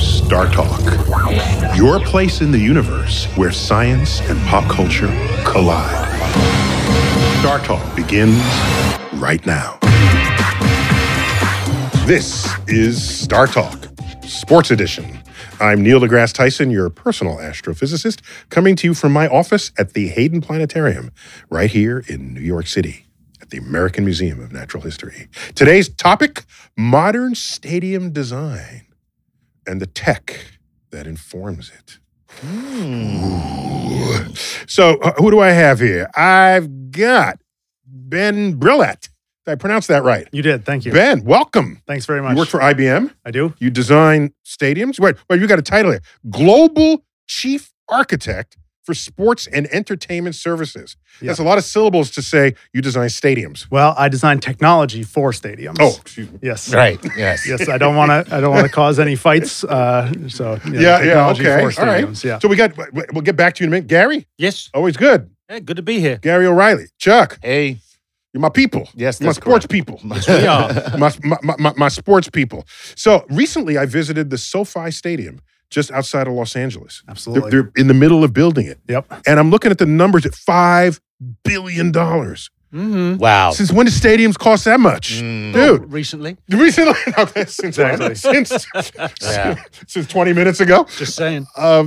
Star Talk, your place in the universe where science and pop culture collide. Star Talk begins right now. This is Star Talk, Sports Edition. I'm Neil deGrasse Tyson, your personal astrophysicist, coming to you from my office at the Hayden Planetarium, right here in New York City at the American Museum of Natural History. Today's topic modern stadium design and the tech that informs it. Hmm. Ooh. So, uh, who do I have here? I've got Ben Brillette. Did I pronounce that right? You did. Thank you. Ben, welcome. Thanks very much. You work for IBM. I do. You design stadiums. Wait, wait, you got a title here Global Chief Architect for Sports and Entertainment Services. That's a lot of syllables to say you design stadiums. Well, I design technology for stadiums. Oh, excuse me. Yes. Right, yes. Yes, I don't want to. I don't want to cause any fights. Uh, so you Yeah, know, yeah, technology okay. For All right. stadiums. Yeah. So we got, w- w- we'll get back to you in a minute. Gary, Yes. always good. Hey, good to be here. Gary O'Reilly, Chuck, Hey. you're my people. Yes, my that's sports people. We are. my, my, my, my sports people. So recently I visited the SoFi Stadium just outside of Los Angeles. They're, Absolutely. they're in the middle of building it. yep. And I'm looking at the numbers at $5 billion. Since Mm-hmm. Wow. when did stadiums cost that much? Mm. Dude, Recently. recently, since, Exactly. since, Yeah. since 20 minutes ago, Just saying. uh,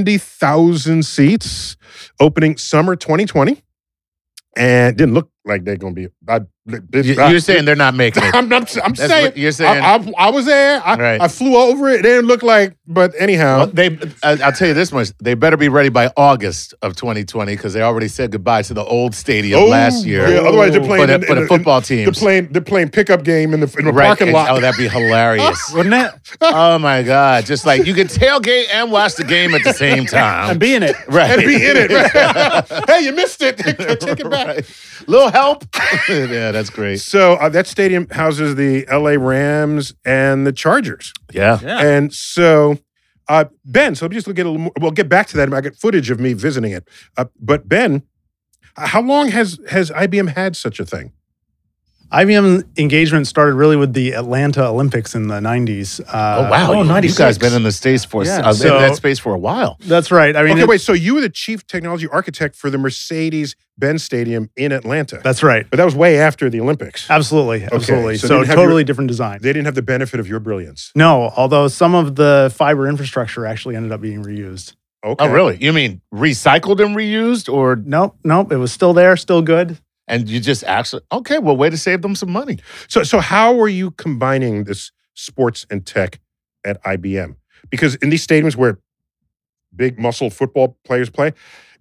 70,000 seats opening summer 2020. And it didn't look like they're going to be. I, You- You're saying they're not making it. I'm, I'm, I'm That's saying. what you're saying. I, I, I was there. I, Right. I flew over it. It didn't look like, but anyhow, Well, they, I- I'll tell you this much: they better be ready by August of 2020 because they already said goodbye to the old stadium Oh, last year. yeah, otherwise they're playing for the, in- for in- the in- football they're teams. playing, they're playing pickup game in the, in the parking and- lot. Oh, that'd be hilarious. Wouldn't it? oh my God! Just like you can tailgate and watch the game at the same And time. being it. Right. and be in it. right? hey, you missed it. Take it back. Right. Little help. yeah, that's great. So uh, that stadium houses the LA Rams and the Chargers. Yeah. Yeah. And so, uh, Ben, so just get a little more, we'll get back to that. I got footage of me visiting it. Uh, but Ben, h- how long has has IBM had such a thing? IBM engagement started really with the Atlanta Olympics in the 90s. Uh, Oh wow! oh, You- you 96. guys been in the space for Yeah. uh, So- in that space for a while. That's right. I mean, okay, it- wait. So you were the chief technology architect for the Mercedes Benz Stadium in Atlanta, that's right. but that was way after the Uh, Olympics. Absolutely. Absolutely. so So, didn't have totally your- different design. They didn't have the benefit of your brilliance. No, although some of the fiber infrastructure actually ended up being reused. Okay. Oh really? You mean recycled and reused, or Nope, nope. It was still there, still good. and you just actually okay? Well, way to save them some money. So, so how are you combining this sports and tech at IBM? Because in these stadiums where big muscle football players play,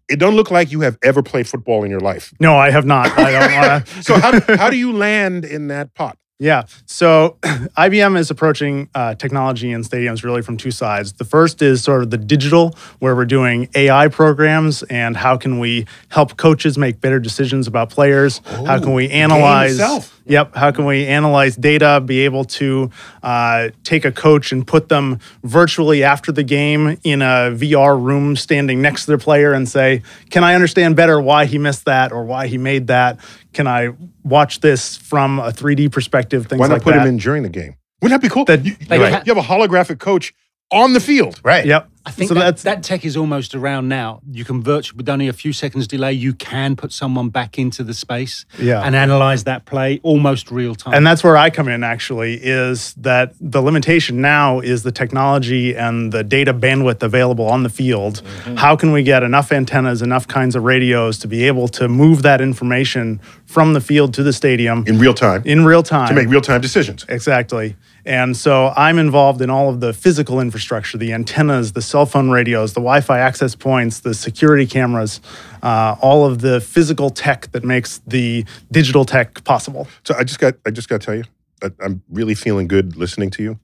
it don't look like you have ever played football in your life. No, I have not. I don't want to. So how, how do you land in that pot? Yeah. So IBM is approaching uh, technology in stadiums really from two sides. The first is sort of the digital, where we're doing AI programs and how can we help coaches make better decisions about players? how can we game analyze? itself. Yep. How can we analyze data, be able to uh, take a coach and put them virtually after the game in a VR room standing next to their player and say, Can I understand better why he missed that or why he made that? Can I watch this from a 3D perspective? Things Why not like put that. him in during the game? Wouldn't that be cool? That- you, Like, right. ha- you have a holographic coach on the field. Right. Yep. I think so that, that's that tech is almost around now. You can virtually, with only a few seconds delay, you can put someone back into the space Yeah. and analyze that play almost real time. Uh-huh. and that's where I come in actually is that the limitation now is the technology and the data bandwidth available on the field. Mm-hmm. How can we get enough antennas, enough kinds of radios to be able to move that information from the field to the stadium In real time. in real time? to make real time decisions. Exactly. And so I'm involved in all of the physical infrastructure, the antennas, the cell phone radios, the Wi Fi access points, the security cameras, uh, all of the physical tech that makes the digital tech possible. So I just got I just got to tell you, I, I'm really feeling good listening to you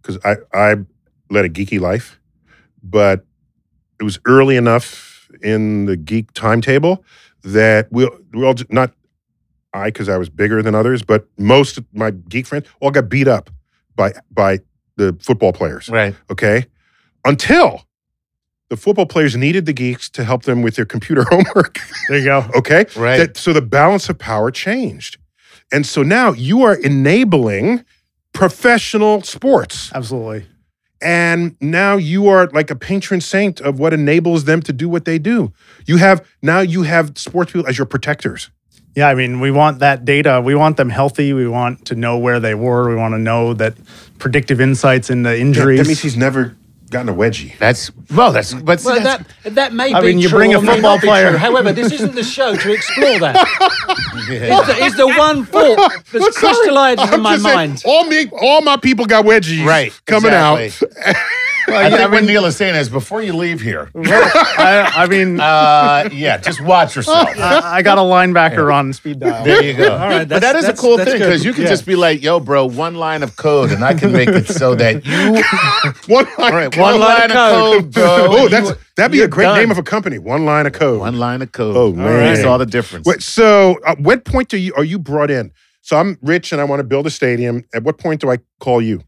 because I I led a geeky life, but it was early enough in the geek timetable that we we all j- not I because I was bigger than others, but most of my geek friends all got beat up by by the football players. Right. Okay, until. The football players needed the geeks to help them with their computer homework. There you go. Okay. Right. That, so the balance of power changed. And so now you are enabling professional sports. Absolutely. And now you are like a patron saint of what enables them to do what they do. You have now you have sports people as your protectors. Yeah, I mean, we want that data. We want them healthy. We want to know where they were. We want to know that predictive insights into injuries. That means he's never gotten a wedgie. That's well. That's but see, well, that's- that, that may I be mean, you true bring a or may football not be player. true. However, this isn't the show to explore that. It's the, it's the one thought that's crystallized in I'm my just saying, mind. all me, all my people got wedgies Right, coming exactly. out. I think what Neil is saying is before you leave here, I, I mean, uh, yeah, just watch yourself. I, I got a linebacker on speed dial. There you go. but right, that's- that is a that's- cool that's thing good. because you can Yeah. just be like, "Yo, bro, one line of code, and I can make it so that you." One line All of right, code. one line of code. code, bro. and Oh, you- that's that'd be a you're great done. name of a company. One line of code. One line of code. Oh, man. makes all the difference. Wait, so at what point do you are you brought in? So I'm rich and I want to build a stadium. At what point do I call you?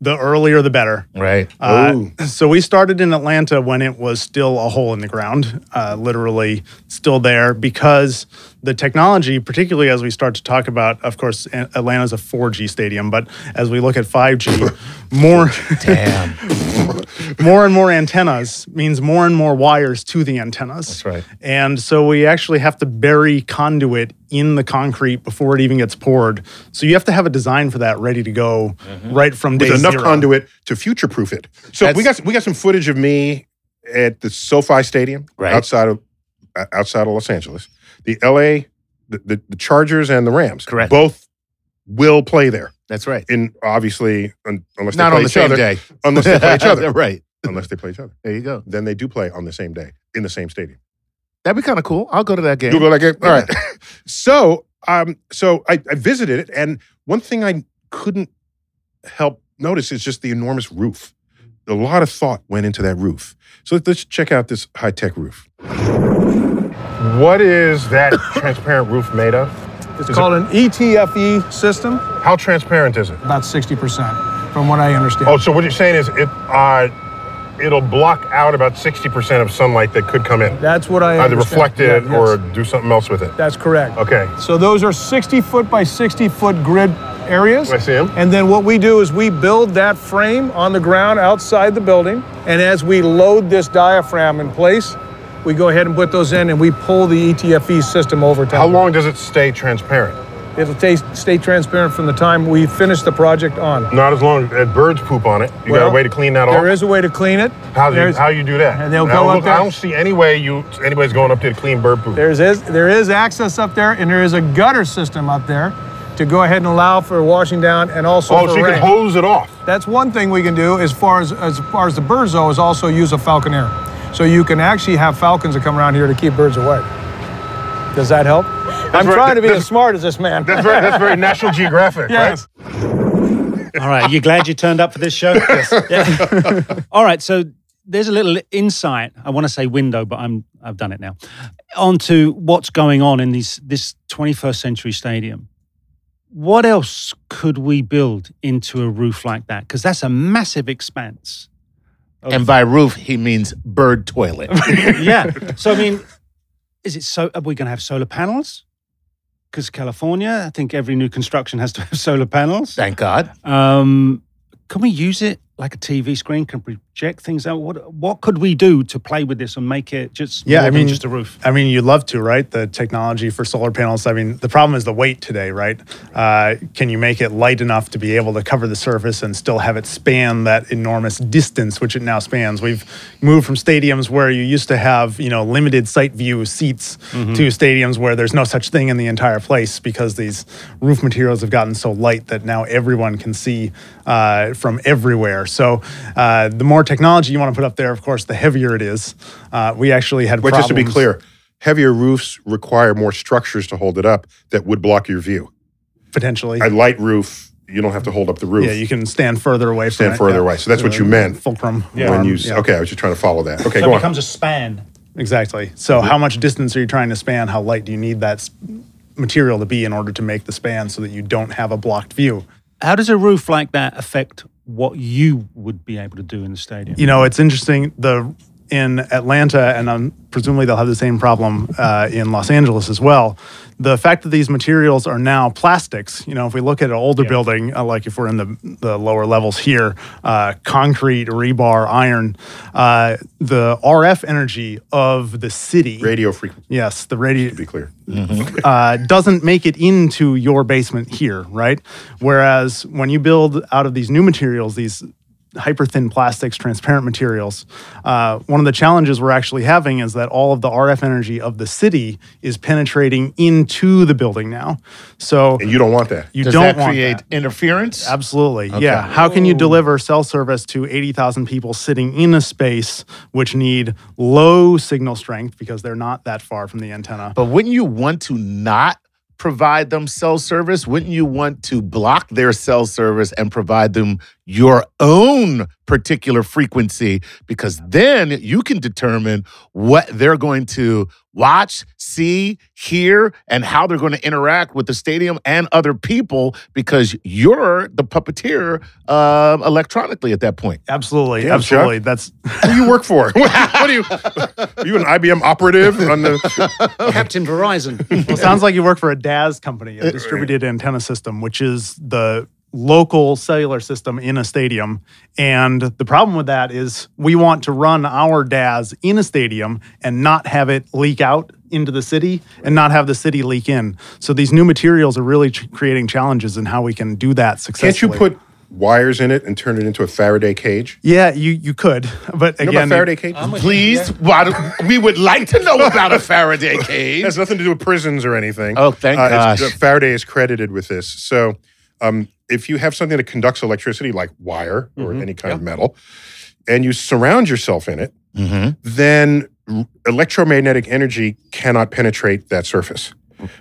The earlier, the better. Right. Uh, Oh. so we started in Atlanta when it was still a hole in the ground, uh, literally still there, because the technology, particularly as we start to talk about, of course, A- Atlanta's a 4G stadium, but as we look at 5G, more Damn. more and more antennas means more and more wires to the antennas. That's right. And so we actually have to bury conduit in the concrete before it even gets poured. So you have to have a design for that ready to go right from day With enough zero. conduit to future proof it. So we got we got some footage of me at the SoFi Stadium Right. outside of uh, outside of Los Angeles. The LA the, the, the Chargers and the Rams. Correct. Both will play there. That's right. In obviously un, unless they Not play on the each same other. day. Unless they play each other. right. Unless they play each other. There you go. Then they do play on the same day in the same stadium. That'd be kind of cool. I'll go to that game. You'll go like, it? all right. so, um, so I, I visited it, and one thing I couldn't help notice is just the enormous roof. A lot of thought went into that roof. So let's check out this high tech roof. What is that transparent roof made of? It's called an E ETFE system, How transparent is it? Oh, about 60%, from what I understand. so what you're saying is it, uh, it'll block out about sixty percent of sunlight that could come in, That's what I understand. Yeah, yes. do something else with it. That's correct. Okay. So those are 60 foot by 60 foot grid areas. I see 'em. And then what we do is we build that frame on the ground outside the building. And as we load this diaphragm in place, we go ahead and put those in and we pull the E ETFE system over time. long does it stay transparent? It'll stay, stay transparent from the time we finish the project on. Not as long as birds poop on it. You got Well, a way to clean that off. There is a way to clean it. How do you, There's- how you do that? and they'll I go don't up look- there. I don't see any way you anybody's going up there to clean bird poop. There's is, there is access up there, and there is a gutter system up there to go ahead and allow for washing down and also oh, for so you rain. can hose it off. That's one thing we can do as far as as far as the birds though is also use a falconer, so you can actually have falcons that come around here to keep birds away. Does that help? I'm trying to be as smart as this man. That's very, that's very National Geographic, Yes. All right. You glad you turned up for this show? Yeah. All right. So there's a little insight. I want to say window, but I'm I've done it now. Onto what's going on in these this 21st century stadium. What else could we build into a roof like that? Because that's a massive expanse. And by roof, he means bird toilet. yeah. So I mean, is it so? Are we going to have solar panels? Because California, I think every new construction has to have solar panels. Thank God. Um, can we use it like a TV screen? Can we project things out? What what could we do to play with this and make it just Yeah, more I than mean- just a roof? I mean, you'd love to, right? The technology for solar panels. I mean, the problem is the weight today, right? Uh, can you make it light enough to be able to cover the surface and still have it span that enormous distance which it now spans? We've moved from stadiums where you used to have, you know, limited sight view seats Mm-hmm. to stadiums where there's no such thing in the entire place because these roof materials have gotten so light that now everyone can see uh, from everywhere. So uh, the more technology you want to put up there, of course, the heavier it is. Uh, we actually had But just to be problems- clear, heavier roofs require more structures to hold it up that would block your view. potentially. A light roof, you don't have to hold up the roof. yeah, you can stand further away. Stand from it, further yeah. away. So that's what you Uh, meant Fulcrum. when arm, um, you. s- yeah. Okay, I was just trying to follow that. Okay, So go it on. becomes a span. Exactly. So how much distance are you trying to span? How light do you need that s- material to be in order to make the span so that you don't have a blocked view? How does a roof like that affect what you would be able to do in the stadium? You know, it's interesting. The in Atlanta, and um, presumably they'll have the same problem uh, in Los Angeles as well. The fact that these materials are now plastics. You know, if we look at an older building, uh, like if we're in the the lower levels here, uh, concrete, rebar, iron, uh, the RF energy of the city. Radio frequency. Yes, the radio. Be clear. uh, doesn't make it into your basement here, right? Whereas when you build out of these new materials, these hyper thin plastics, transparent materials, uh, one of the challenges we're actually having is that all of the RF energy of the city is penetrating into the building now. So And you don't want that. you Does don't that want create interference? Absolutely. Yeah. How can you deliver cell service to 80,000 people sitting in a space which need low signal strength because they're not that far from the antenna? But wouldn't you want to not provide them cell service? Wouldn't you want to block their cell service and provide them your own particular frequency? Because then you can determine what they're going to watch, see, hear, and how they're going to interact with the stadium and other people because you're the puppeteer um, electronically at that point. Absolutely. Damn, Chuck. absolutely. That's Who you work for? what do you? Are you an IBM operative? On the, Captain Verizon. Well, it sounds like you work for a DAS company, Uh, a distributed antenna system, which is the local cellular system in a stadium. And the problem with that is we want to run our DAS in a stadium and not have it leak out into the city and not have the city leak in. So these new materials are really tr- creating challenges in how we can do that can't you successfully. put wires in it and turn it into a Faraday cage? Yeah, you you could, but You know again, about Faraday cage? Please, why do- we would like to know about a Faraday cage. It has nothing to do with prisons or anything. Uh, Oh, thank it's- gosh. Faraday is credited with this. So, um, if you have something that conducts electricity, like wire or any kind of metal, and you surround yourself in it, then r- electromagnetic energy cannot penetrate that surface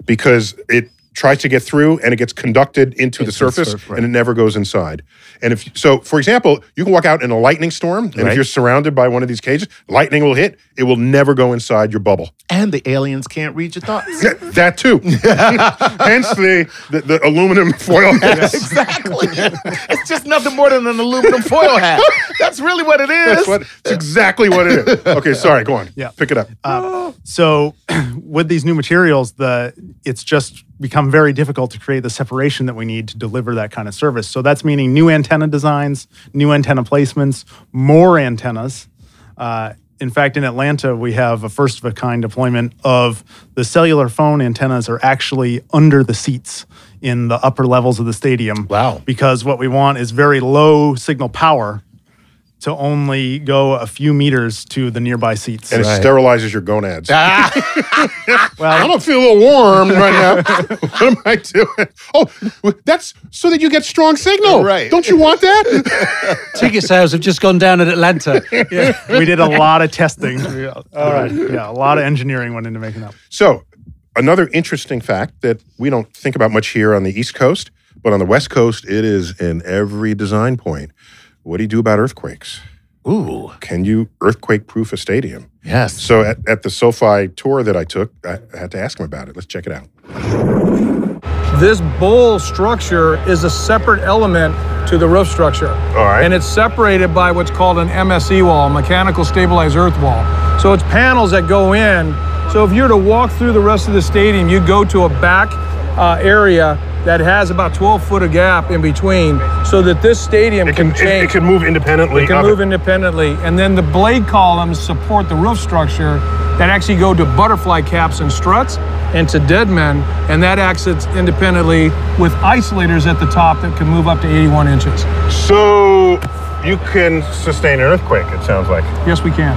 because it tries to get through and it gets conducted into the surface and it never goes inside. And if so, for example, you can walk out in a lightning storm, and if you're surrounded by one of these cages, lightning will hit. It will never go inside your bubble. and the aliens can't read your thoughts. Yeah, that too. Hence the, the, the aluminum foil. Yes. exactly. it's just nothing more than an aluminum foil hat. That's really what it is. That's what, that's exactly what it is. Okay, sorry, go on. Yeah. Uh, Pick it up. So with these new materials, the it's just become very difficult to create the separation that we need to deliver that kind of service. So that's meaning new antenna designs, new antenna placements, more antennas. Uh, in fact, in Atlanta, we have a first of a kind deployment of the cellular phone antennas are actually under the seats in the upper levels of the stadium. Wow. Because what we want is very low signal power to only go a few meters to the nearby seats. and it sterilizes your gonads. Ah. well, I don't feel a little warm right now. what am I doing? Oh, that's so that you get strong signal. Right. Don't you want that? Ticket sales have just gone down at Atlanta. Yeah. we did a lot of testing. All right. Yeah, a lot of engineering went into making that. so Another interesting fact that we don't think about much here on the East Coast, but on the West Coast, it is in every design point. What do you do about earthquakes? Ooh, Can you earthquake proof a stadium? yes. So at, at the SoFi tour that I took, I, I had to ask him about it. Let's check it out. This bowl structure is a separate element to the roof structure. All right. And it's separated by what's called an MSE wall, mechanical stabilized earth wall. So it's panels that go in. So if you were to walk through the rest of the stadium, you go to a back uh, area that has about 12 foot of gap in between so that this stadium It can, it, it change. can move independently. It can of move independently. And then the blade columns support the roof structure that actually go to butterfly caps and struts and to dead men, and that exits independently with isolators at the top that can move up to 81 inches. So you can sustain an earthquake. It sounds like Yes, we can.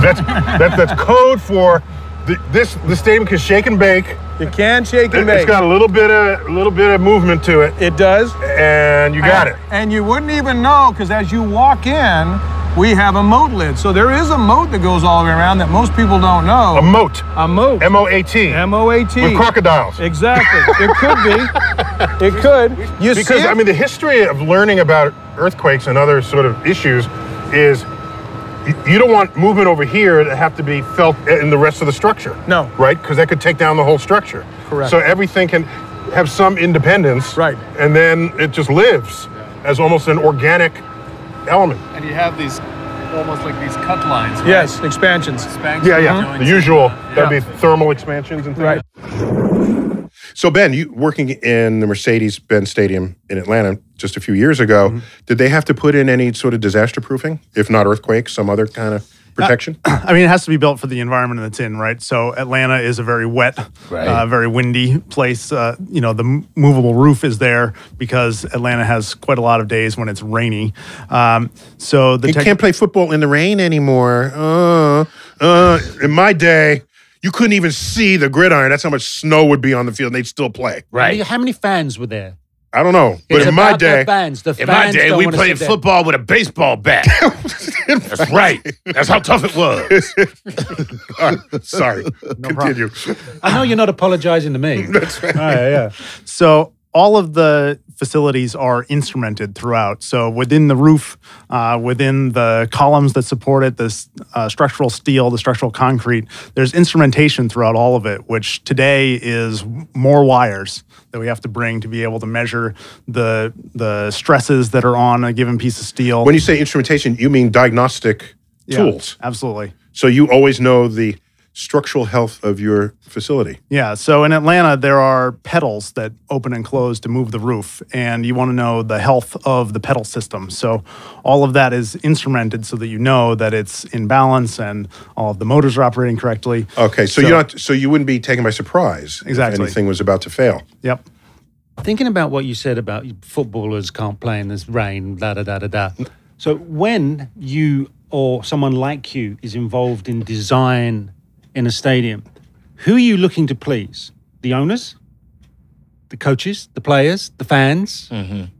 that's that, that's code for the, this. The stadium can shake and bake. You can shake and It, bake. has got a little bit of a little bit of movement to it, it does. and you got it. and, And you wouldn't even know because as you walk in, we have a moat lid. So there is a moat that goes all the way around that most people don't know. A moat, A moat. M O A T, M O A T. with crocodiles. Exactly. It could be. It could. You see because it? I mean the history of learning about earthquakes and other sort of issues is y- you don't want movement over here to have to be felt in the rest of the structure. No. Right? Because that could take down the whole structure. Correct. So everything can have some independence. Right. And then it just lives as almost an organic element. And you have these almost like these cut lines. Right? Yes, expansions. Spanks Yeah, and yeah. joints. The usual. Yeah. That'd be thermal expansions and things. Mm-hmm. Right. So Ben, you working in the Mercedes-Benz Stadium in Atlanta just a few years ago, did they have to put in any sort of disaster proofing, if not earthquake, some other kind of protection? I mean, it has to be built for the environment that it's in, right? So Atlanta is a very wet, uh, very windy place. Uh, you know, the m- movable roof is there because Atlanta has quite a lot of days when it's rainy. Um, so the you tech- can't play football in the rain anymore. Uh, uh, in my day, you couldn't even see the gridiron. That's how much snow would be on the field, and they'd still play. Right. How many fans were there? I don't know, but It's in my about the day, fans. The In my fans day, don't we wanna played sit there. football with a baseball bat. That's right. That's how tough it was. All right, sorry, continue. I know you're not apologizing to me. Oh, yeah, yeah. So all of the facilities are instrumented throughout. So within the roof, uh, within the columns that support it, the s- uh, structural steel, the structural concrete, there's instrumentation throughout all of it, which today is more wires that we have to bring to be able to measure the the stresses that are on a given piece of steel. When you say instrumentation, you mean diagnostic Yeah, tools. absolutely. So you always know the structural health of your facility. Yeah. So in Atlanta, there are pedals that open and close to move the roof, and you want to know the health of the pedal system. So all of that is instrumented so that you know that it's in balance and all of the motors are operating correctly. Okay, so, you're not, so you wouldn't be taken by surprise if Exactly. anything was about to fail. Yep. Thinking about what you said about footballers can't play in this rain, da da da da da. So when you or someone like you is involved in design in a stadium, who are you looking to please? The owners, the coaches, the players, the fans,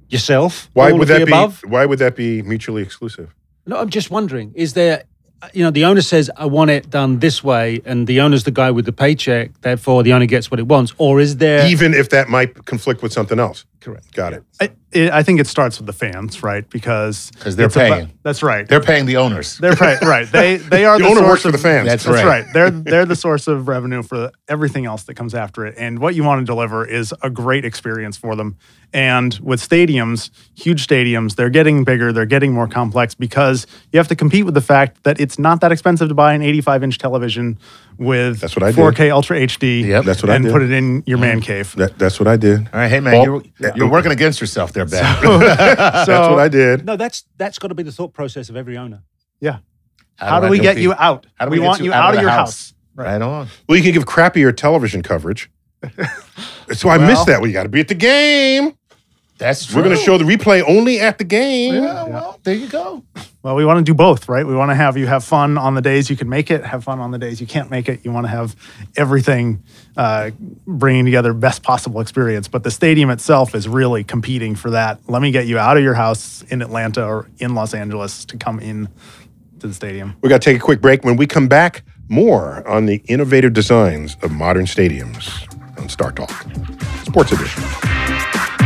yourself. Mm-hmm. Why all of would the that be? above? Why would that be mutually exclusive? No, I'm just wondering, is there, you know, the owner says, I want it done this way, and the owner's the guy with the paycheck, therefore the owner gets what it wants, or is there. Even if that might conflict with something else. Correct. Got it. I, it, I think it starts with the fans, right? Because 'Cause they're it's about- paying. that's right. They're paying the owners. They're right, right. They they are The the, owner source works for of, the fans. That's That's right. right. They're they're the source of revenue for everything else that comes after it. And what you want to deliver is a great experience for them. And with stadiums, huge stadiums, they're getting bigger, they're getting more complex because you have to compete with the fact that it's not that expensive to buy an 85 inch television with That's what I did. 4K Ultra HD. Yep. That's what I and did. put it in your man cave. That, that's what I did. All right, hey, man, Well, you're, yeah. you're working against yourself there, Ben. that's what I did. No, that's that's got to be the thought process of every owner. Yeah. How, I do we get compete? you out? How do we, we get want you you out out, of of the your house? house. Right on. Well, you can give crappier television coverage. so I missed that. We got to be at the game. That's true. We're going to show the replay only at the game. Yeah, well, there you go. Well, we want to do both, right? We want to have you have fun on the days you can make it, have fun on the days you can't make it. You want to have everything uh, bringing together best possible experience. But the stadium itself is really competing for that. Let me get you out of your house in Atlanta or in Los Angeles to come in to the stadium. We got to take a quick break. When we come back, More on the innovative designs of modern stadiums on Star Talk, Sports Edition.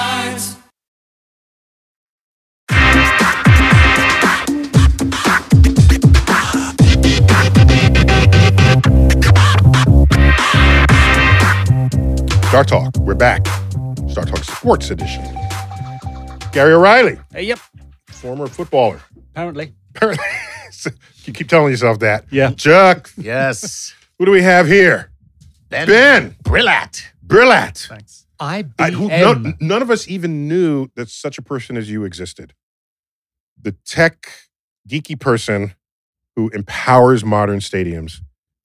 Star Talk, we're back. Star Talk Sports Edition. Gary O'Reilly. Hey, yep. Former footballer. Apparently. Apparently. you keep telling yourself that. Yeah. Chuck, Yes. who do we have here? Ben. Ben. Brillat. Brillat. Thanks. IBM. I, who, none, none of us even knew that such a person as you existed. The tech geeky person who empowers modern stadiums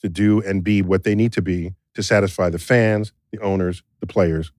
to do and be what they need to be to satisfy the fans, the owners, the players,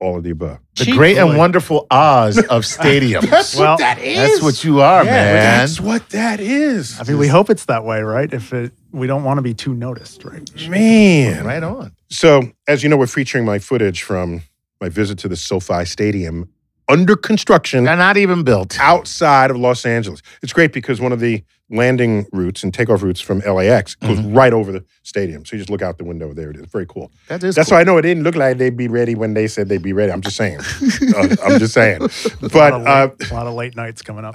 all of the above. The Cheap great and boy. wonderful Oz of stadiums. That's Well, what that is. That's what you are, Yeah, man. That's what that is. I mean, we hope it's that way, right? If it, we don't want to be too noticed, right? man. Right on. So, as you know, we're featuring my footage from my visit to the SoFi Stadium under construction They're not even built. outside of Los Angeles. It's great because one of the landing routes and takeoff routes from LAX goes Mm-hmm. right over the stadium. So you just look out the window. There it is. Very cool. That is That's cool. why I know it didn't look like they'd be ready when they said they'd be ready. I'm just saying. Uh, I'm just saying. But a, lot uh, of late, a lot of late nights coming up.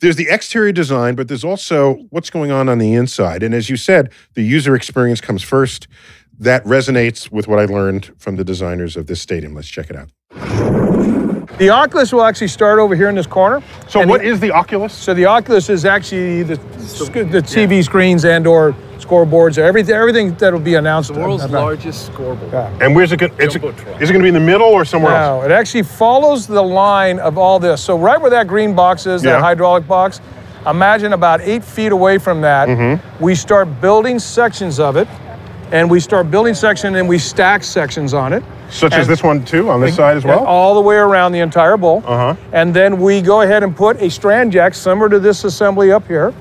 there's the exterior design, but there's also what's going on on the inside. And as you said, the user experience comes first. That resonates with what I learned from the designers of this stadium. Let's check it out. The Oculus will actually start over here in this corner. So And what the- is the Oculus? So the Oculus is actually the, sc- the TV screens and or scoreboards or everything everything that will be announced. The world's I'm not- largest scoreboard. And where's it? Gonna, it's, is it Jumbotron. going to be in the middle or somewhere else? No, it actually follows the line of all this. So right where that green box is, Yeah. that hydraulic box, imagine about eight feet away from that, Mm-hmm. we start building sections of it, and we start building section and we stack sections on it. Such as And- this one too, on this side as well. All the way around the entire bowl. Uh-huh. And then we go ahead and put a strand jack similar to this assembly up here.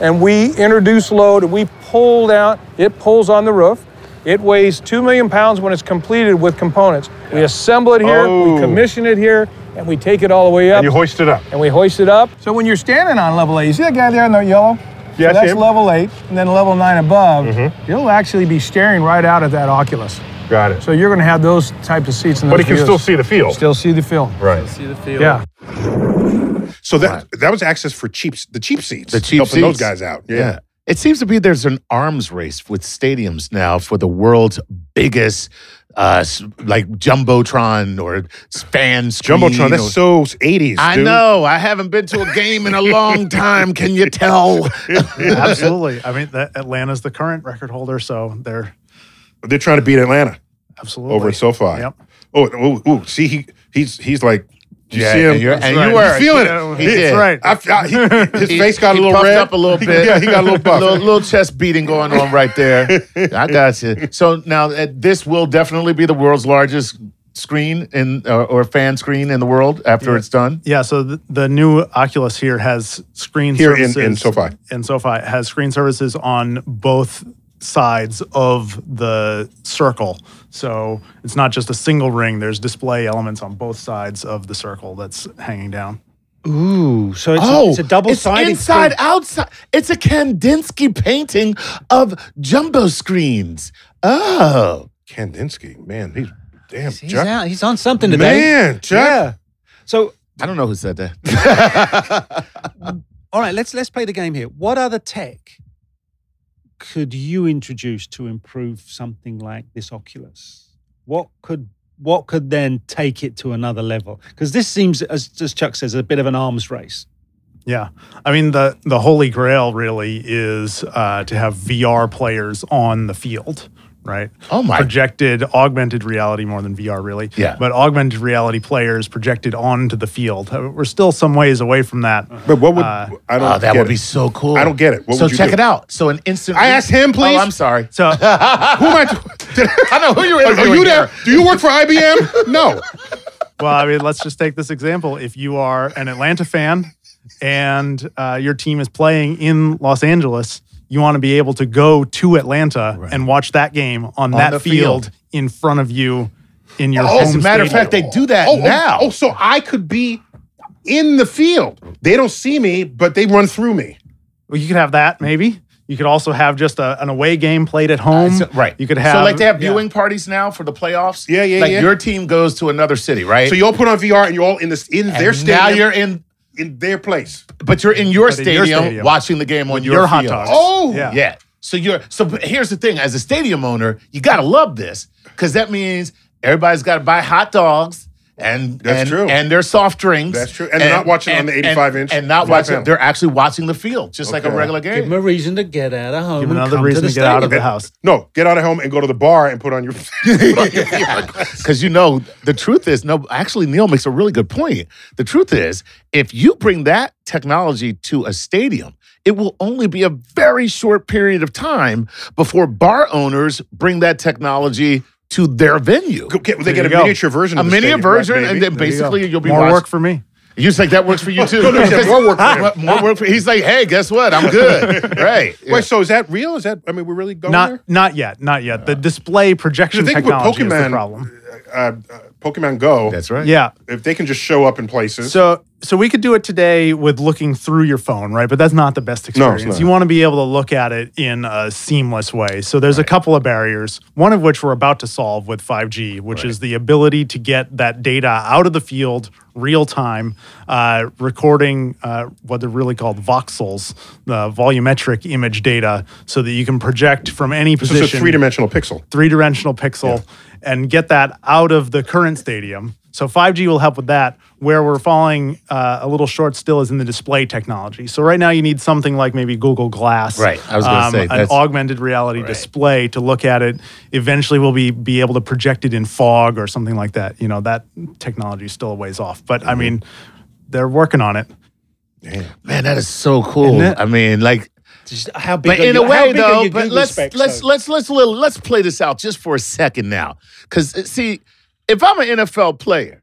And we introduce load and we pull down, it pulls on the roof. It weighs 2 million pounds when it's completed with components. We assemble it here, Oh. we commission it here, and we take it all the way up. And you hoist it up. And we hoist it up. So when you're standing on level eight, you see that guy there in the yellow? Yeah, I see so that's him. Mm-hmm. level eight, and then level nine above, you'll actually be staring right out at that Oculus. Got it. So you're going to have those types of seats in But those you can views. still see the field. Still see the field. Right. See the field. Yeah. So that that was access for cheap the cheap seats. The cheap helping those seats. guys out. Yeah. It seems to be there's an arms race with stadiums now for the world's biggest, uh, s- like jumbotron or s- fan screen. Jumbotron, or- that's so 80s. I dude. know. I haven't been to a game in a long time. Can you tell? Absolutely. I mean, that Atlanta's the current record holder, so they're They're trying to beat Atlanta absolutely over at SoFi. Yep. Oh, oh, oh, see, he he's he's like, you Yeah, see him, and you're- That's and you were- feeling yeah, it. he did. I- I- he- his He- face got a he little puffed red, up a little He- bit. yeah, he got a little puff. little, little chest beating going on right there. I got you. So now uh, this will definitely be the world's largest screen in uh, or fan screen in the world after it's done. Yeah, so the, the new Oculus here has screen Here in- in services SoFi. In SoFi it has screen services on both sides of the circle. So it's not just a single ring. There's display elements on both sides of the circle that's hanging down. Ooh, so it's, a, it's a double-sided Oh, It's inside, screen. outside. It's a Kandinsky painting of jumbo screens. Oh, Kandinsky, man, he's damn. He's Chuck. out. He's on something today. man, Chuck. So I don't know who said that. all right, let's let's play the game here. What other tech could you introduce to improve something like this Oculus? What could what could then take it to another level? Because this seems, as, as Chuck says, a bit of an arms race. Yeah, I mean the the holy grail really is uh, to have VR players on the field, right? Oh my- Projected augmented reality more than VR really. Yeah. But augmented reality players projected onto the field. Uh, We're still some ways away from that. But what would Uh, I don't? Oh, that get would it. be so cool. I don't get it. What so would you check do? it out. So an instant. I asked him, please. Oh, I'm sorry. Oh, So Who am I? Did- I know who you're are interviewing you there? here. Do you work for IBM? No. well, I mean, let's just take this example. If you are an Atlanta fan and uh, your team is playing in Los Angeles, you want to be able to go to Atlanta and watch that game on, the field. that field, in front of you in your Oh, home. as a matter of fact, stadium. they do that Oh, oh, now. Oh, so I could be in the field. They don't see me, but they run through me. Well, you could have that maybe. You could also have just a, an away game played at home. Uh, So- right. You could have so like they have yeah. viewing parties now for the playoffs. Yeah, yeah, like yeah. your team goes to another city, right? So you all put on VR and you're all in this in And their stadium. Now you're in, in their place. but you're in your, But in your stadium, stadium. watching the game on your, your hot field. dogs. Oh, yeah. Yeah. So you're so but here's the thing: as a stadium owner, you gotta love this because that means everybody's got to buy hot dogs. And, That's and, true. and their soft drinks. That's true. And they're not watching on the 85 and- inch And not flat watching. panel. They're actually watching the field, just like a Okay. regular Give game. them a reason to get out of home. Give 'em and another come reason to, the to get out of stadium. the house. No, get out of home and go to the bar and put on your. Because you know, the truth is, no, actually, Neil makes a really good point. The truth is, if you bring that technology to a stadium, it will only be a very short period of time before bar owners bring that technology to their venue. Okay, well, they There get you a go. miniature version. A of the mini stadium, version, right, and baby? then There you go. basically you'll be More watching- work for me. You think that works for you too? No, no, he said more work for him. More- more work for- He's like, hey, guess what? I'm good. right. Wait, so is that real? Is that? I mean, we're really going Not there. not yet, not yet. The display projection The thing with technology is Pokemon- the problem. Uh, uh, Pokemon Go. That's right. Yeah. If they can just show up in places. So so we could do it today with looking through your phone, right? But that's not the best No, it's experience. not. you want to be able to look at it in a seamless way. So there's a couple of barriers, one of which we're about to solve with 5G, which is the ability to get that data out of the field real time, uh, recording uh, what they're really called voxels, the volumetric image data, so that you can project from any this is a position three dimensional pixel. three dimensional pixel and get that out of the current stadium. So 5G will help with that. Where we're falling uh, a little short still is in the display technology. So right now you need something like maybe Google Glass, um, Right. I was gonna say, an that's- augmented reality display to look at it. Eventually we'll be be able to project it in fog or something like that. You know that technology is still a ways off, but Mm-hmm. I mean they're working on it. Man, that is so cool. Isn't it? I mean, like, Just How big but are in you- a how way big are though your but Google let's specs, let's, though? let's let's little let's play this out just for a second now because see if i'm an nfl player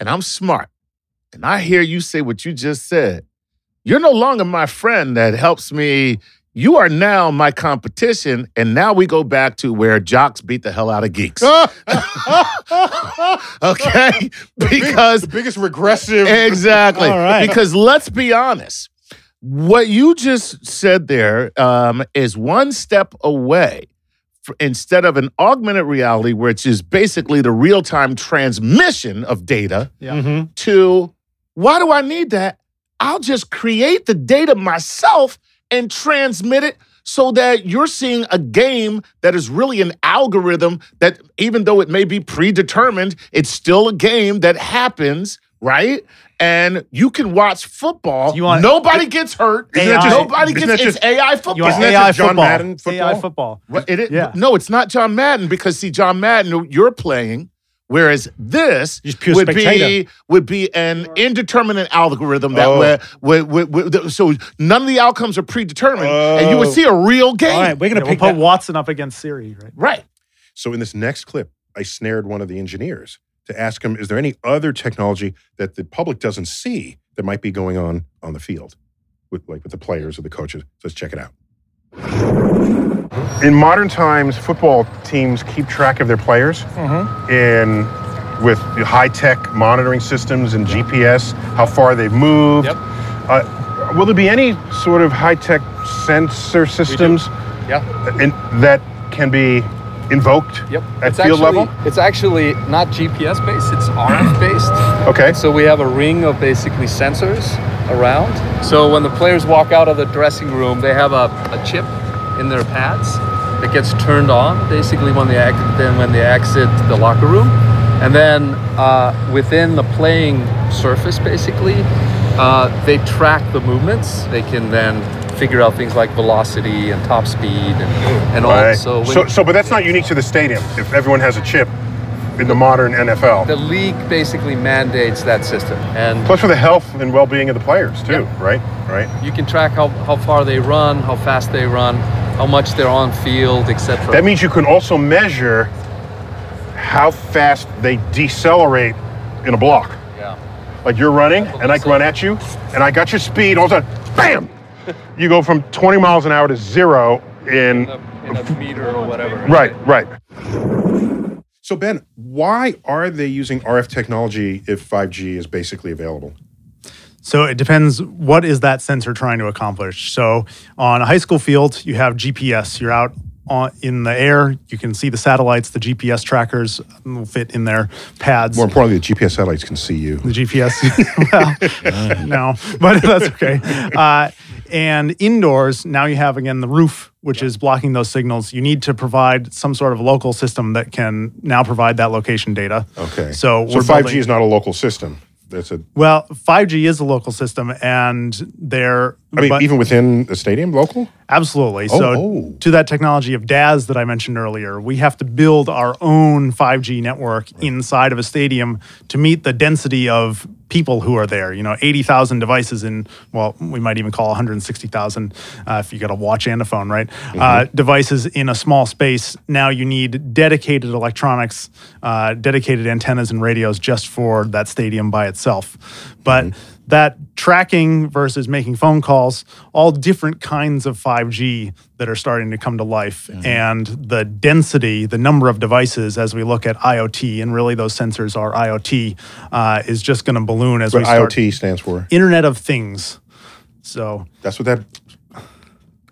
and i'm smart and i hear you say what you just said you're no longer my friend that helps me You are now my competition, and now we go back to where jocks beat the hell out of geeks. okay? Because the biggest regressive. Exactly. All right. Because let's be honest, what you just said there um, is one step away f- instead of an augmented reality, which is basically the real time transmission of data, to why do I need that? I'll just create the data myself and transmit it so that you're seeing a game that is really an algorithm that, even though it may be predetermined, it's still a game that happens. Right, and you can watch football. You want- nobody gets hurt. Isn't that just- nobody isn't gets. that it's just- AI you football. want Isn't that AI just John football. Madden football? AI football. Well, it is- No, it's not John Madden because see, John Madden, you're playing, whereas this pure would be spectator. would be an indeterminate algorithm that Oh. where, where, where- where- so none of the outcomes are predetermined, and you would see a real game. All right, we're going to pick put Watson up against Siri, right? Right. So in this next clip, I snared one of the engineers to ask him, is there any other technology that the public doesn't see that might be going on on the field with like with the players or the coaches? So let's check it out. In modern times, football teams keep track of their players Mm-hmm. in with high-tech monitoring systems and GPS, how far they've moved. Uh, will there be any sort of high-tech sensor systems uh, Yeah. in, that can be invoked Yep. at it's actually, field level? It's actually not GPS based, it's RF based. Okay. So we have a ring of basically sensors around. So when the players walk out of the dressing room, they have a, a chip in their pads that gets turned on basically when they act, then when they exit the locker room. And then uh, within the playing surface, basically, uh, they track the movements. They can then figure out things like velocity and top speed and, and all. Right. So, when- so, so, but that's not unique to the stadium. If everyone has a chip in the modern NFL, the league basically mandates that system and plus for the health and well-being of the players too, right? Right. you can track how, how far they run how fast they run how much they're on field etc That means you can also measure how fast they decelerate in a block. Yeah. Like you're running, and I can run at you, and I got your speed. All of a sudden, bam! You go from 20 miles an hour to zero in. in a meter or whatever Right, right. So Ben, why are they using RF technology if 5G is basically available? So it depends what is that sensor trying to accomplish. So on a high school field, you have GPS. You're out on, in the air. You can see the satellites. The GPS trackers will fit in their pads. More importantly, the GPS satellites can see you. The GPS. well, no, but that's okay. Uh, and indoors, now you have again the roof, which is blocking those signals. You need to provide some sort of local system that can now provide that location data. Okay. So, so we're 5G building- is not a local system. That's a. Well, 5G is a local system, and they're. I mean, but- even within a stadium, local. Absolutely. Oh, so, oh. to that technology of DAS that I mentioned earlier, we have to build our own 5G network inside of a stadium to meet the density of people who are there. You know, 80,000 devices in, well, we might even call 160,000 uh, if you got a watch and a phone, right? Mm-hmm. Uh, devices in a small space. Now you need dedicated electronics, uh, dedicated antennas and radios just for that stadium by itself. But Mm-hmm. that tracking versus making phone calls, all different kinds of 5G that are starting to come to life. And the density, the number of devices as we look at IoT, and really those sensors are IoT, uh, is just going to balloon as What we start. IoT stands for. Internet of Things. So, That's what that.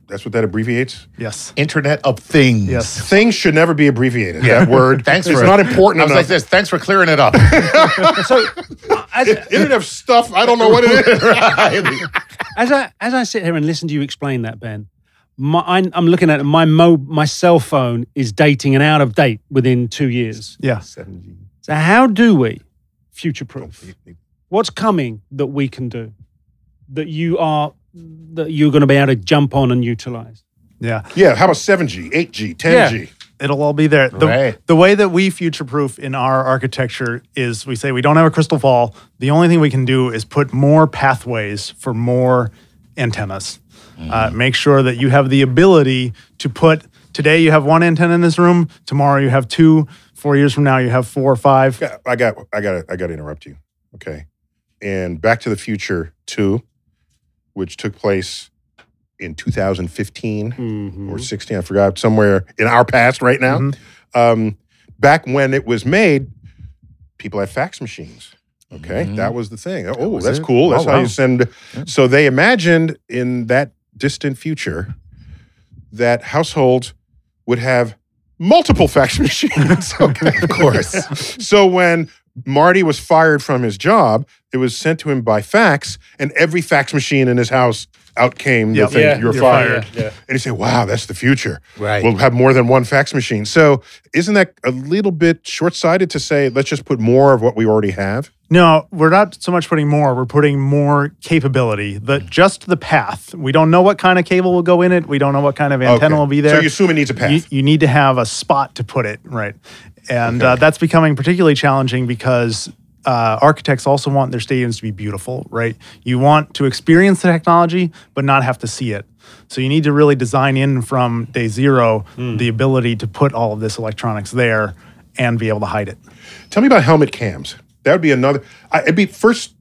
That's what that abbreviates. yes. Internet of Things. Yes. Things should never be abbreviated. That word. Thanks it's for not important I was enough. like this. Thanks for clearing it up. so Internet of stuff. I don't know what it is. as I as I sit here and listen to you explain that, Ben, my, I'm, I'm looking at it, my mo my cell phone is dating and out of date within two years. Yeah. So how do we future proof? What's coming that we can do that you are that you're going to be able to jump on and utilize? Yeah. Yeah. How about 7G, 8G, 10G? It'll all be there. The, Right. the way that we future proof in our architecture is we say we don't have a crystal ball. The only thing we can do is put more pathways for more antennas. Uh, make sure that you have the ability to put today you have one antenna in this room, tomorrow you have two, four years from now you have four or five. got- I got, I got, I got to interrupt you. Okay. And Back to the Future Two, which took place in 2015 or 16, I forgot, somewhere in our past right now. Um, back when it was made, people had fax machines. Okay, that was the thing. Oh, Mm-hmm. was that's it. cool. That's Oh, how wow. you send. So they imagined in that distant future that households would have multiple fax machines. okay, of course. so when Marty was fired from his job, it was sent to him by fax, and every fax machine in his house out came Yep. the thing, Yeah, you're, you're fired. fired, yeah. And he said, wow, that's the future. Right. We'll have more than one fax machine. So isn't that a little bit short sighted to say, let's just put more of what we already have? No, we're not so much putting more, we're putting more capability. The, Mm. just the path. We don't know what kind of cable will go in it. We don't know what kind of antenna Okay. will be there. So you assume it needs a path. You, you need to have a spot to put it, right? And uh, that's becoming particularly challenging because uh, architects also want their stadiums to be beautiful, right? You want to experience the technology, but not have to see it. So you need to really design in from day zero Mm. the ability to put all of this electronics there and be able to hide it. Tell me about helmet cams. That would be another. I, it'd be first.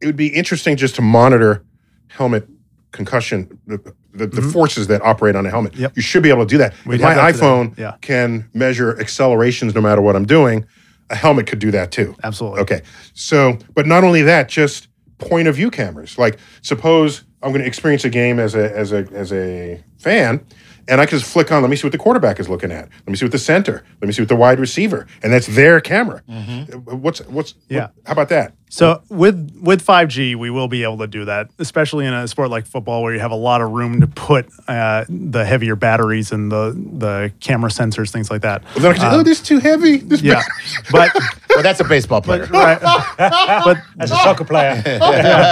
It would be interesting just to monitor helmet concussion, the, the, the forces that operate on a helmet. You should be able to do that. Mm-hmm. We'd If have that my today. iPhone Yeah. can measure accelerations no matter what I'm doing. A helmet could do that too. Absolutely. Okay. So, but not only that, just point of view cameras. Like, suppose I'm going to experience a game as a as a as a fan, and I can just flick on. Let me see what the quarterback is looking at. Let me see what the center. Let me see what the wide receiver. And that's their camera. What's what's Yeah. how about that? So with with 5G, we will be able to do that, especially in a sport like football where you have a lot of room to put uh, the heavier batteries and the the camera sensors, things like that. Then I can say, oh, Um, this is too heavy. This yeah, but well, that's a baseball player. But, that's a soccer player.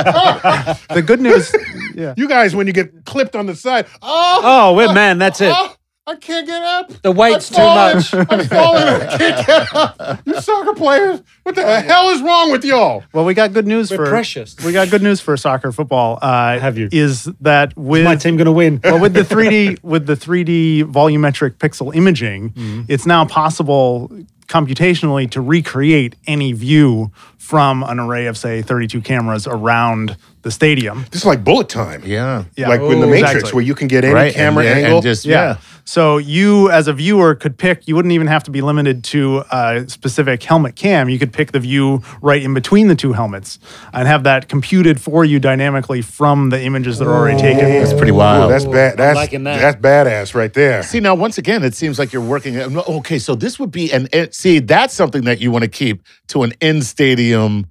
the good news, you guys, when you get clipped on the side, oh, Oh, we're man. That's it. oh, I can't get up. The weight's I'm too falling. much. I'm falling. I can't get up. You soccer players, what the hell is wrong with y'all? Well, we got good news for precious. We got good news for soccer, football. Uh, Have you? Is that with my team going to win? well with the 3D with the 3D volumetric pixel imaging, Mm-hmm. it's now possible computationally to recreate any view from an array of say 32 cameras around the stadium. This is like bullet time. Yeah. Yeah. Like in the Ooh. Matrix, Exactly. where you can get any Right, and- camera and angle. just- yeah. So you, as a viewer, could pick. You wouldn't even have to be limited to a specific helmet cam. You could pick the view right in between the two helmets and have that computed for you dynamically from the images that are already taken. That's pretty wild. Ooh, that's bad. That's liking that. that's badass right there. See now, once again, it seems like you're working. Okay, so this would be an it- see. That's something that you want to keep to an in stadium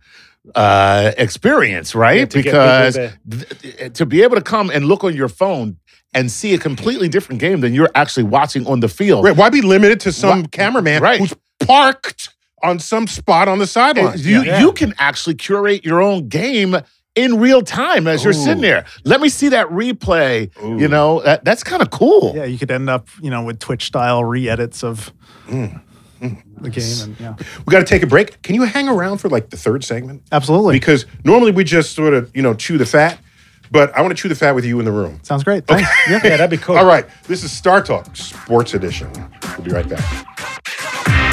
uh, experience, right? to get people because there. th- eh, to be able to come and look on your phone and see a completely different game than you're actually watching on the field. Right, why be limited to some Why- cameraman Right. who's parked on some spot on the sideline? You you can actually curate your own game in real time as you're sitting there. Let me see that replay. You know that, that's kind of cool. Yeah, you could end up, you know, with Twitch style re-edits of the game. And, yeah, we got to take a break. Can you hang around for like the third segment? absolutely. Because normally we just sort of you know chew the fat, but I want to chew the fat with you in the room. Sounds great. Thanks. Yeah. Yeah, that'd be cool. All right, this is Star Talk Sports Edition. We'll be right back.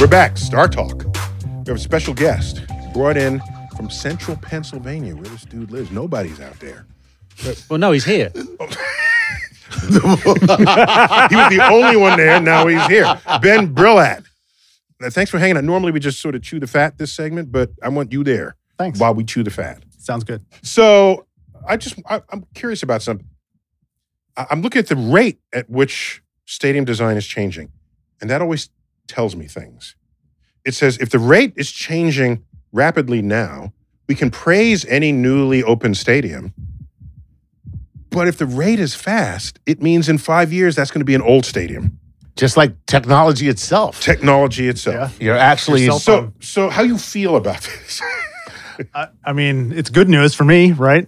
We're back, Star Talk. We have a special guest brought in from central Pennsylvania where this dude lives. Nobody's out there. Well, no, he's here. he was the only one there. Now he's here. Ben Brillat. Now, Thanks for hanging out. Normally we just sort of chew the fat this segment, but I want you there. Thanks. While we chew the fat. Sounds good. So I just I, I'm curious about something. I- I'm looking at the rate at which stadium design is changing, and that always tells me things. It says if the rate is changing rapidly now, we can praise any newly opened stadium. But if the rate is fast, it means in five years that's going to be an old stadium. Just like technology itself. Technology itself. You're actually Your cell so. So how you feel about this? I, I mean, it's good news for me, right?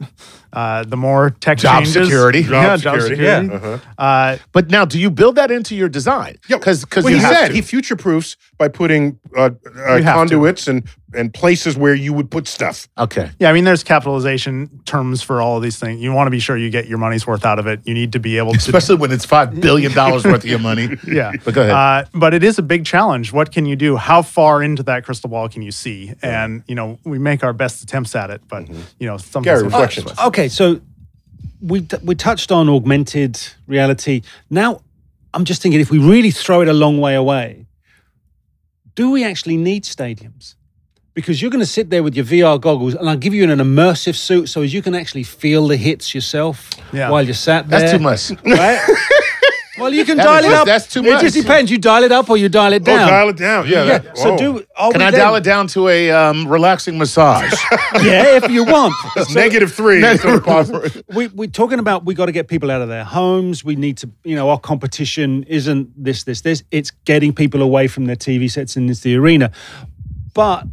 Uh, the more tech Job changes, security. yeah, job security. Uh, but now, do you build that into your design? Yeah, because well, he said he future proofs by putting uh, uh, You have to. conduits and and places where you would put stuff. Okay. Yeah, I mean, there's capitalization terms for all of these things. You want to be sure you get your money's worth out of it. You need to be able to, especially when it's five billion dollars worth of your money. Yeah, But go ahead. Uh, but it is a big challenge. What can you do? How far into that crystal ball can you see? And you know, we make our best attempts at it, but Mm-hmm. you know, some Gary, reflections. Uh, okay, so we t- we touched on augmented reality. Now, I'm just thinking if we really throw it a long way away, do we actually need stadiums? Because you're going to sit there with your VR goggles, and I'll give you an immersive suit so as you can actually feel the hits yourself Yeah. while you're sat there. That's too much. Right? well, you can That dial is it just- up. that's too It much. just depends. You dial it up or you dial it down. Oh, dial it down. Yeah, yeah. that- oh. so whoa. do. Are Can we I then- dial it down to a um, relaxing massage? yeah, if you want. It's negative three. Negative- we, we're talking about we got to get people out of their homes. We need to, you know, our competition isn't this, this, this. It's getting people away from their TV sets and into the arena. But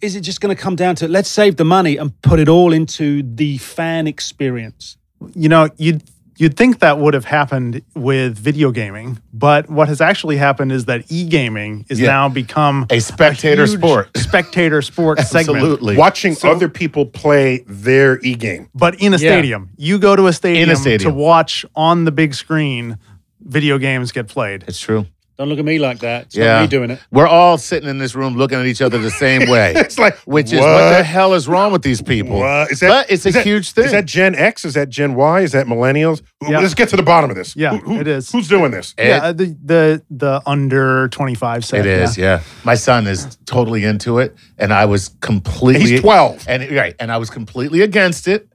is it just going to come down to let's save the money and put it all into the fan experience? you know, you'd you'd think that would have happened with video gaming, but what has actually happened is that e-gaming is Yeah. now become a spectator huge sport. spectator sport segment. Watching So- other people play their e game. but in a Yeah. stadium. You go to a stadium, stadium. to watch on the big screen video games get played. It's true. Don't look at me like that. It's Yeah. not me doing it. We're all sitting in this room looking at each other the same way. It's like, which is what the what? hell is wrong with these people? What? Is but it's a is that- huge thing. Is that Gen X? Is that Gen Y? Is that millennials? Who- Yeah. Let's get to the bottom of this. Yeah, Who- who- it is. Who's doing this? yeah, uh, the the the under twenty five It set. is, yeah. My son is totally into it, and I was completely. He's 12. and right, and I was completely against it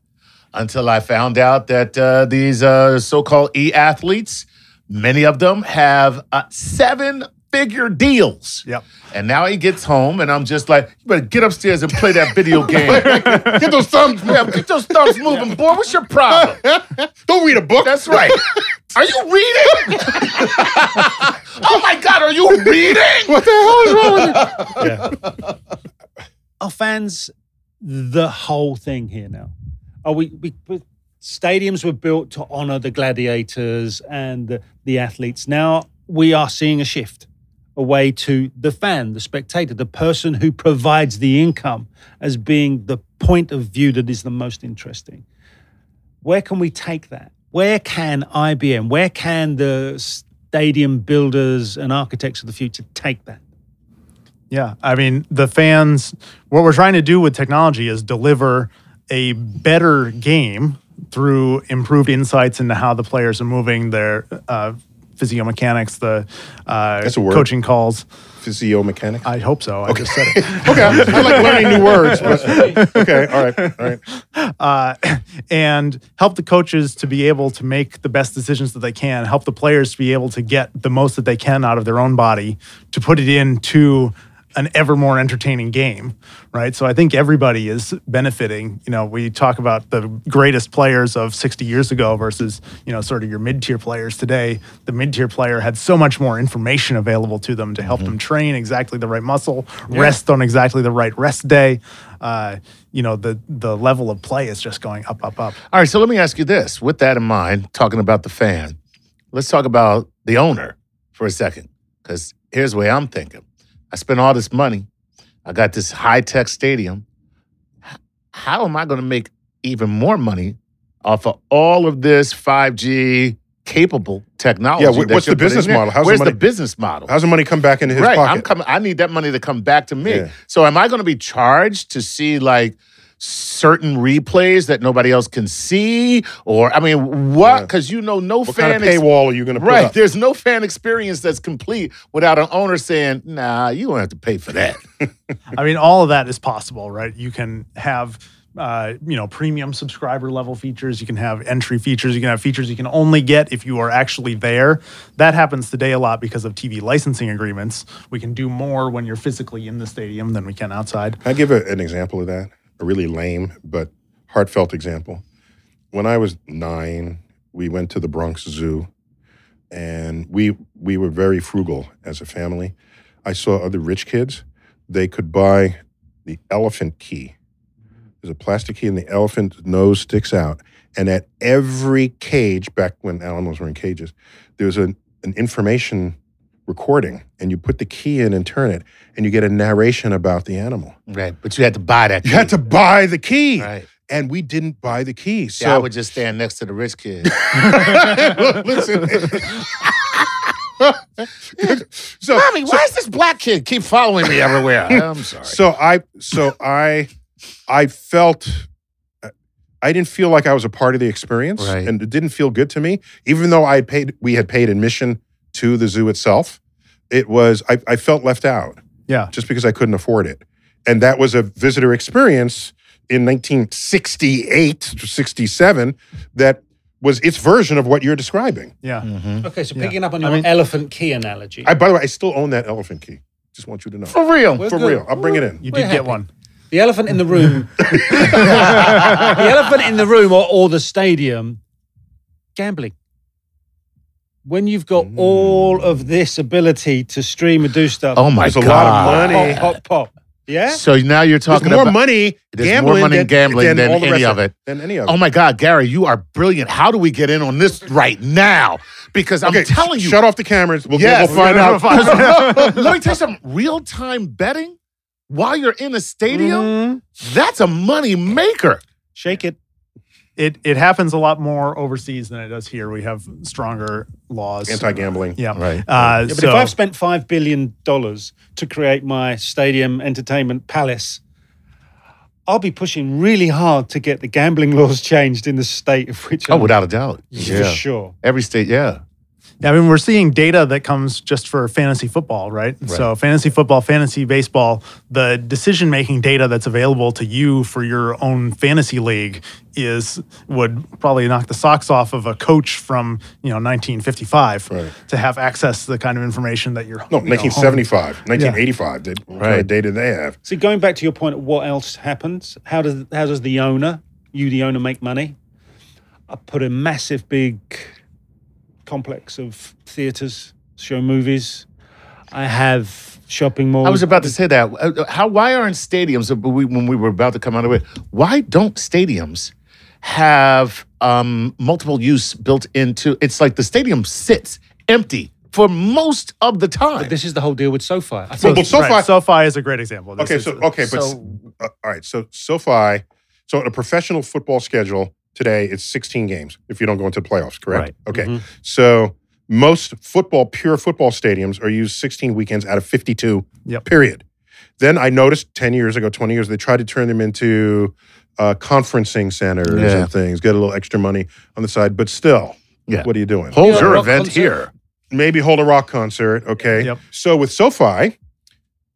until I found out that uh, these uh, so-called e athletes, many of them have uh, seven-figure deals. Yep. And now he gets home, and I'm just like, "You better get upstairs and play that video game. Get those thumbs moving. Get those thumbs moving, boy. What's your problem? Don't read a book. That's right. Are you reading? oh my God, are you reading? What the hell is wrong with you? Are fans the whole thing here now? Are we, we, we stadiums were built to honor the gladiators and the, the athletes. Now we are seeing a shift away to the fan, the spectator, the person who provides the income as being the point of view that is the most interesting. Where can we take that? Where can IBM, where can the stadium builders and architects of the future take that? Yeah, I mean the fans. What we're trying to do with technology is deliver a better game through improved insights into how the players are moving, their uh, physiomechanics, the uh, That's a word. coaching calls. E Physiomechanic. I hope so. I just said it. okay, I like learning new words. but- okay, all right, all right. uh, and help the coaches to be able to make the best decisions that they can, help the players to be able to get the most that they can out of their own body to put it into an ever more entertaining game, right? So I think everybody is benefiting. You know, we talk about the greatest players of 60 years ago versus, you know, sort of your mid tier players today. The mid tier player had so much more information available to them to help them train exactly the right muscle, Yeah. rest on exactly the right rest day. Uh, you know, the, the level of play is just going up, up, up. All right, so let me ask you this. With that in mind, talking about the fan, let's talk about the owner for a second. Because here's the way I'm thinking I spent all this money, I got this high tech stadium. H- How am I going to make even more money off of all of this 5G capable technology? Yeah, wh- that what's you're the business putting in? model? How's the Where's money- the business model? How's the money come back into his right, I'm pocket? coming. I need that money to come back to me. Yeah. So am I going to be charged to see like certain replays that nobody else can see? Or I mean, what? Because you know, no What fan kind of paywall are you gonna put Right. up? There's no fan experience that's complete without an owner saying, "Nah, you don't have to pay for that." I mean, all of that is possible, right? You can have, uh, you know, premium subscriber level features. You can have entry features. You can have features you can only get if you are actually there. That happens today a lot because of TV licensing agreements. We can do more when you're physically in the stadium than we can outside. Can I give a, an example of that? A really lame but heartfelt example. When I was nine, we went to the Bronx Zoo, and we we were very frugal as a family. I saw other rich kids; they could buy the elephant key. There's a plastic key, and the elephant's nose sticks out. And at every cage, back when animals were in cages, there was an, an information recording, and you put the key in and turn it, and you get a narration about the animal. right. But you had to buy that. You had to buy the key. Right. And we didn't buy the key. So yeah, I would just stand next to the rich kid. listen. so, Mommy, why is this black kid keep following me everywhere? I'm sorry. So I so I I felt I didn't feel like I was a part of the experience Right. and it didn't feel good to me even though I had paid we had paid admission to the zoo itself. It was I, I felt left out Yeah. just because I couldn't afford it. And that was a visitor experience in 1968 to 67 that was its version of what you're describing. Yeah. Okay, so Yeah. picking up on I your mean- elephant key analogy. I, by the way, I still own that elephant key. Just want you to know. For real? We're For good. real. I'll bring it in. You did We're get happy. one. the elephant in the room. the elephant in the room or, or the stadium. Gambling. When you've got all of this ability to stream and do stuff, Oh, my There's a lot of God. money. Pop, pop, pop. Yeah. So now you're talking more about money There's more gambling money in than- gambling than than, all the any rest of of- it. than any of Oh it. my God, Gary, you are brilliant. How do we get in on this right now? Because I'm telling you, Shut off the cameras. We'll, yes, we'll find out. 'Cause Let me tell you something. Real time betting while you're in a stadium, that's a money maker. Shake it. It it happens a lot more overseas than it does here. We have stronger laws. Anti-gambling. Yeah. Right. Uh, Yeah, but so- if I've spent five billion dollars to create my stadium entertainment palace, I'll be pushing really hard to get the gambling laws changed in the state of which. Oh, I'm- without a doubt. for sure. Every state, yeah. Yeah, I mean, we're seeing data that comes just for fantasy football, right? So, fantasy football, fantasy baseball, the decision making data that's available to you for your own fantasy league is would probably knock the socks off of a coach from you know 1955 to have access to the kind of information that you're No, oh. you know, home- 1975, Yeah. 1985. They, What kind of data they have? So going back to your point, of what else happens? How does how does the owner, you the owner, make money? I put a massive big complex of theaters, show movies. I have shopping malls. I was about to say that. Uh, How? Why aren't stadiums? uh, we- When we were about to come out of it, why don't stadiums have um, multiple use built into? It's like the stadium sits empty for most of the time. This is the whole deal with SoFi. I Well, think- well, SoFi- Right, SoFi is a great example. This Okay, is- so okay, but s- uh, all right. So SoFi, so in a professional football schedule today, it's 16 games if you don't go into the playoffs, correct? Okay, Mm-hmm. so most football, pure football stadiums are used 16 weekends out of 52. Yep. Period. Then I noticed 10 years ago, 20 years, they tried to turn them into uh, conferencing centers Yeah. and things, get a little extra money on the side, but still, Yeah. what are you doing? Hold Yeah, your rock event concert. here. Maybe hold a rock concert. Okay. So with SoFi,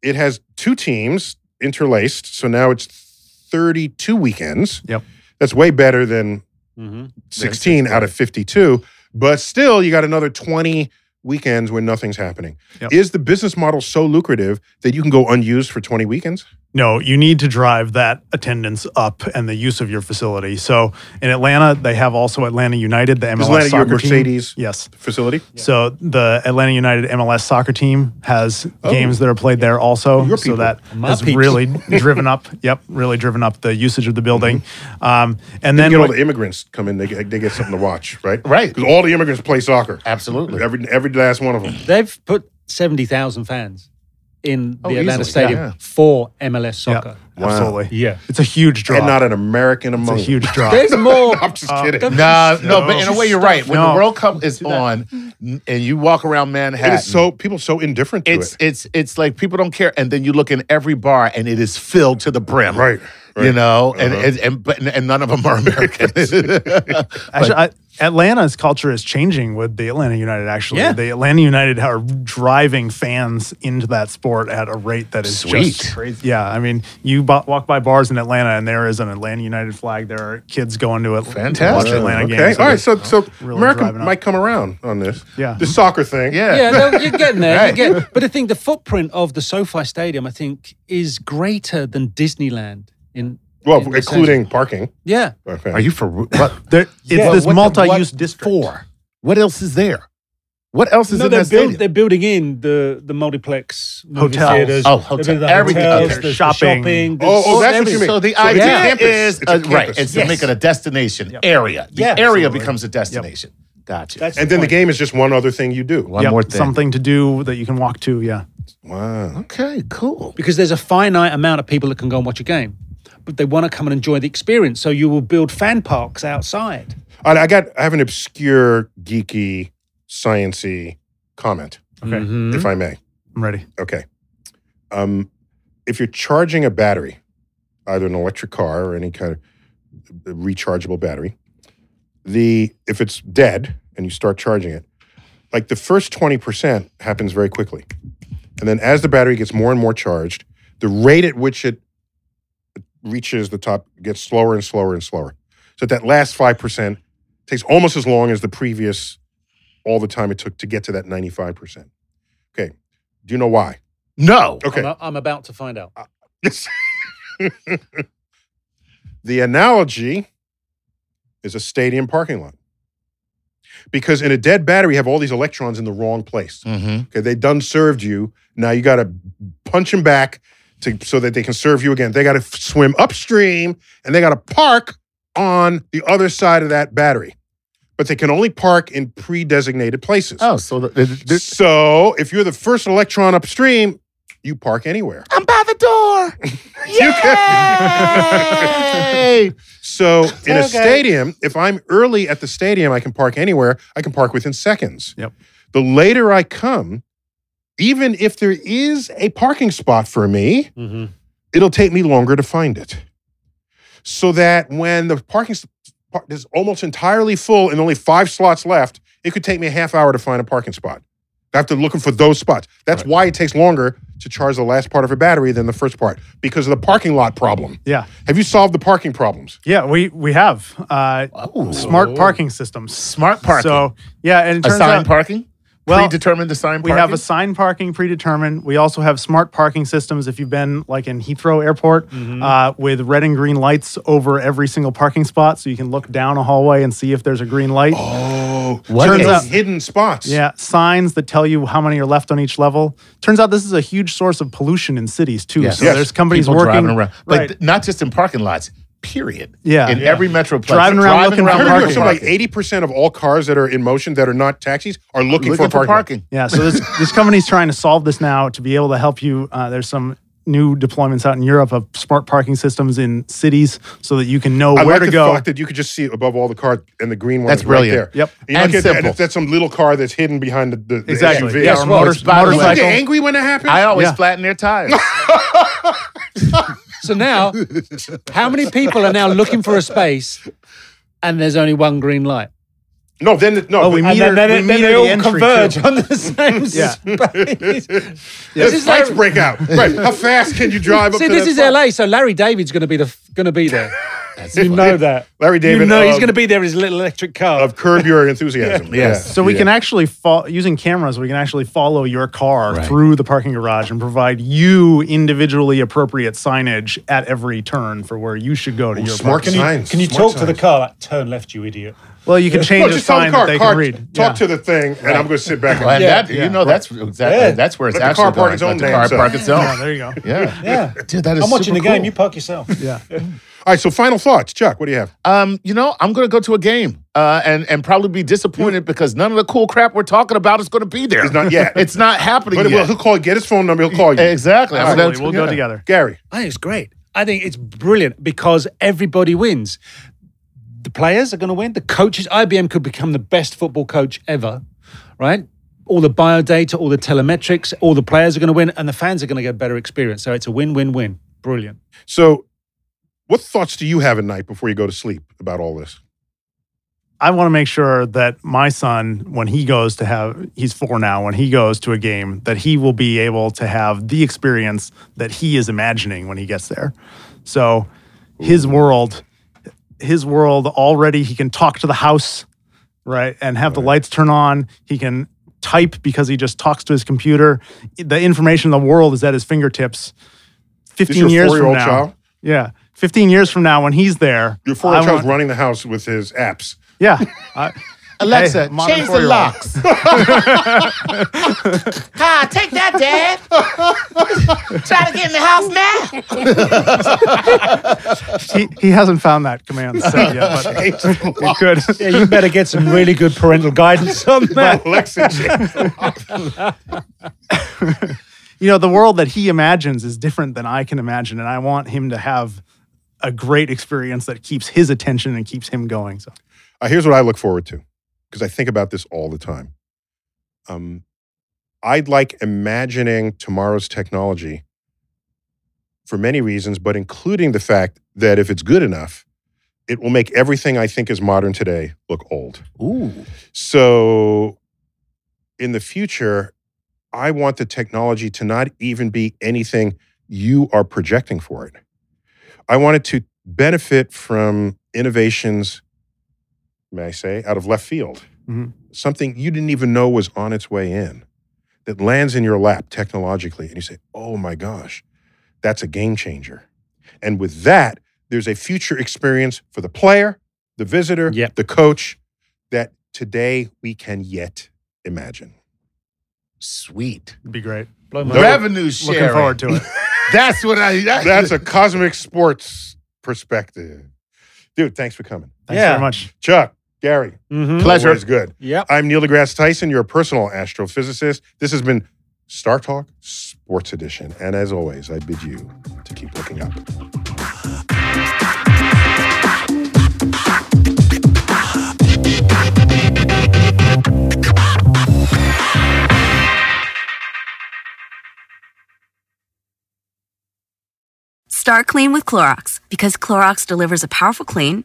it has two teams interlaced. So now it's 32 weekends. Yep. That's way better than Mm-hmm. 16 out of 52. But still, you got another 20 weekends when nothing's happening. Is the business model so lucrative that you can go unused for 20 weekends? No, you need to drive that attendance up and the use of your facility. So in Atlanta, they have also Atlanta United, the MLS Is Atlanta your soccer team. Mercedes yes. facility? So the Atlanta United MLS soccer team has Oh. games that are played there also. so that My has peeps. really driven up. Yep, really driven up the usage of the building. Um, and then Then you Mm-hmm. get all what- the immigrants come in; they get, they get something to watch, right? Right. Because all the immigrants play soccer. Absolutely. Every every last one of them. They've put 70,000 fans in the Oh, Atlanta easily, Stadium yeah. for MLS soccer. Wow. Yeah. It's a huge draw. And not an American among a huge them. draw. There's more- I'm just Uh, kidding. don't- No, no, but in a way, you're right. When No. the World Cup is on, n- and you walk around Manhattan, so- people so indifferent. To it's it's it's like people don't care, and then you look in every bar, and it is filled to the brim. Right. You know, and, Uh-huh. and and but and none of them are Americans. Actually, I, Atlanta's culture is changing with the Atlanta United. Actually, Yeah. the Atlanta United are driving fans into that sport at a rate that is Sweet. just crazy. Yeah, I mean, you b- walk by bars in Atlanta, and there is an Atlanta United flag. There are kids going to it, to watch Fantastic. Atlanta okay. games. All right. So so really America driving up. might come around on this. Yeah. The soccer thing. Yeah, no, you're getting there. Right. You're getting, but I think the footprint of the SoFi Stadium, I think, is greater than Disneyland. In Well, in the sense- including parking. yeah, Okay. Are you for re- what? There, it's this multi-use district. For what else is there? What else is no, in they're, that build, stadium? they're building in the the multiplex movie Hotels. theaters. Oh, They're hotel- building the everything. hotels, Okay. there's the Shopping. shopping, Oh, oh, there's that's what you everything. mean. So the idea is- uh, right, it's to make it a destination area. The area becomes a destination. Gotcha. That's and then the game is just one other thing you do. Yep, something to do that you can walk to. Yeah. Wow. Okay, cool. Because there's a finite amount of people that can go and watch a game, but they want to come and enjoy the experience. So you will build fan parks outside. All right, I got. I have an obscure, geeky, sciency comment. Okay. Mhm. If I may. I'm ready. Okay. Um, if you're charging a battery, either an electric car or any kind of uh, rechargeable battery, the if it's dead and you start charging it, like the first 20% happens very quickly. And then as the battery gets more and more charged, the rate at which it reaches the top gets slower and slower and slower. So that last 5% takes almost as long as the previous all the time it took to get to that 95%. Okay. Do you know why? No. Okay. I'm, I'm about to find out. The analogy is a stadium parking lot. Because in a dead battery, you have all these electrons in the wrong place. Mm-hmm. Okay, they done served you. Now you got to punch them back to so that they can serve you again. They got to swim upstream and they got to park on the other side of that battery. But they can only park in pre-designated places. Oh, so the, the, the- So if you're the first electron upstream, you park anywhere. I'm by the door. You Yay! So in a Okay. stadium, if I'm early at the stadium, I can park anywhere. I can park within seconds. Yep. The later I come, even if there is a parking spot for me, Mm-hmm. Mhm. it'll take me longer to find it. So that when the parking s- par- is almost entirely full and only five slots left, it could take me a half hour to find a parking spot. I have to looking for those spots. That's why it takes longer to charge the last part of a battery than the first part because of the parking lot problem. Yeah. Have you solved the parking problems? Yeah, we we have uh, smart parking systems. Smart parking. So yeah, and it turns Assigned out, parking? Well, Predetermined assigned We parking? have assigned parking predetermined. We also have smart parking systems. If you've been like in Heathrow Airport Mm-hmm. uh, with red and green lights over every single parking spot, so you can look down a hallway and see if there's a green light. Oh, What turns is- out hidden spots. Yeah, signs that tell you how many are left on each level. Turns out this is a huge source of pollution in cities too. Yes. So Yes. there's companies People working driving around, but Right. th- not just in parking lots. Period. Yeah. in Yeah. every metroplex, Driving around looking for I remember parking. something like eighty percent of all cars that are in motion that are not taxis are looking, Looking for, for parking. Yeah, so this this company's trying to solve this now to be able to help you. Uh, there's some new deployments out in Europe of smart parking systems in cities so that you can know I where like to the go. fact that you could just see it above all the cars and the green one. That's is brilliant. Right there. Yep. And you And look at that, and simple. if that's some little car that's hidden behind the, the, the Exactly. SUV. Yeah, or what? motor- It's by the way- Don't you get motorcycle. angry when that happens? I always Yeah. flatten their tires. So now, how many people are now looking for a space, and there's only one green light? no, then no. Oh, we but- meet her, then- then- then we meet they her all the entry converge too. on the same Yeah. space. Then is fights like- break out. Right. How fast can you drive up See, to this that is spot? LA, so Larry David's going to be the going to be there. You know that. Larry David. You know he's of- going to be there in his little electric car. Of Curb Your Enthusiasm. Yeah. So we Yeah. can actually fo- using cameras, we can actually follow your car through the parking garage and provide you individually appropriate signage at every turn for where you should go to your Can parking. you- Can you talk to the car like, turn left, you idiot? Well, you can change the tell the sign car, that they car, can read. Talk Yeah. to the thing, and I'm going to sit back. Well, and that- you know, that's exactly- that's where it's Let the car actually park going. its own Let the damn car self. park its own. Yeah, there you go. Yeah. Yeah. Dude, that is I'm super watching the game. cool. You park yourself. Yeah. All right, so final thoughts, Chuck. What do you have? Uh, Um, you know, I'm going to go to a game, uh, and and probably be disappointed because none of the cool crap we're talking about is going to be there. It's not yet. it's not happening. But it will- yet. he'll call. Get his phone number. He'll call you. Exactly. All right, That's- we'll go together. Gary. I think it's great. I think it's brilliant because everybody wins. The players are going to win. The coaches, IBM could become the best football coach ever, right? All the bio data, all the telemetrics, all the players are going to win, and the fans are going to get a better experience. So it's a win win win. Brilliant. So, what thoughts do you have at night before you go to sleep about all this? I want to make sure that my son, when he goes to have, he's four now, when he goes to a game, that he will be able to have the experience that he is imagining when he gets there. So his world, his world already, he can talk to the house, right? And have the lights turn on. He can type because he just talks to his computer. The information in the world is at his fingertips. 15 your years from four-year-old now. child? Yeah. 15 years from now, when he's there, Your four-year-old I child's want- running the house with his apps. Yeah. I- Alexa, modern change the four-year-old. locks. Car, Ah, take that, Dad. Try to get in the house now. he, he hasn't found that command set yet, but it could. Yeah, you better get some really good parental guidance on that. Uh, you know, the world that he imagines is different than I can imagine, and I want him to have a great experience that keeps his attention and keeps him going. So Uh, here's what I look forward to because I think about this all the time. Um, I'd like imagining tomorrow's technology for many reasons, but including the fact that if it's good enough, it will make everything I think is modern today look old. Ooh. So in the future, I want the technology to not even be anything you are projecting for it. I want it to benefit from innovations, may I say, out of left field, Mhm. something you didn't even know was on its way in that lands in your lap technologically. And you say, oh my gosh, that's a game changer. And with that, there's a future experience for the player, the visitor, the coach that today we can yet imagine. Sweet. it'd be great. my mind. Revenue Looking sharing. forward to it. That's what I. that- That's a cosmic sports perspective. Dude, thanks for coming. Thanks very much. Chuck, Gary, Mm-hmm. Pleasure. Always good. Yep. I'm Neil deGrasse Tyson, your personal astrophysicist. This has been Star Talk Sports Edition. And as always, I bid you to keep looking up. Start clean with Clorox because Clorox delivers a powerful clean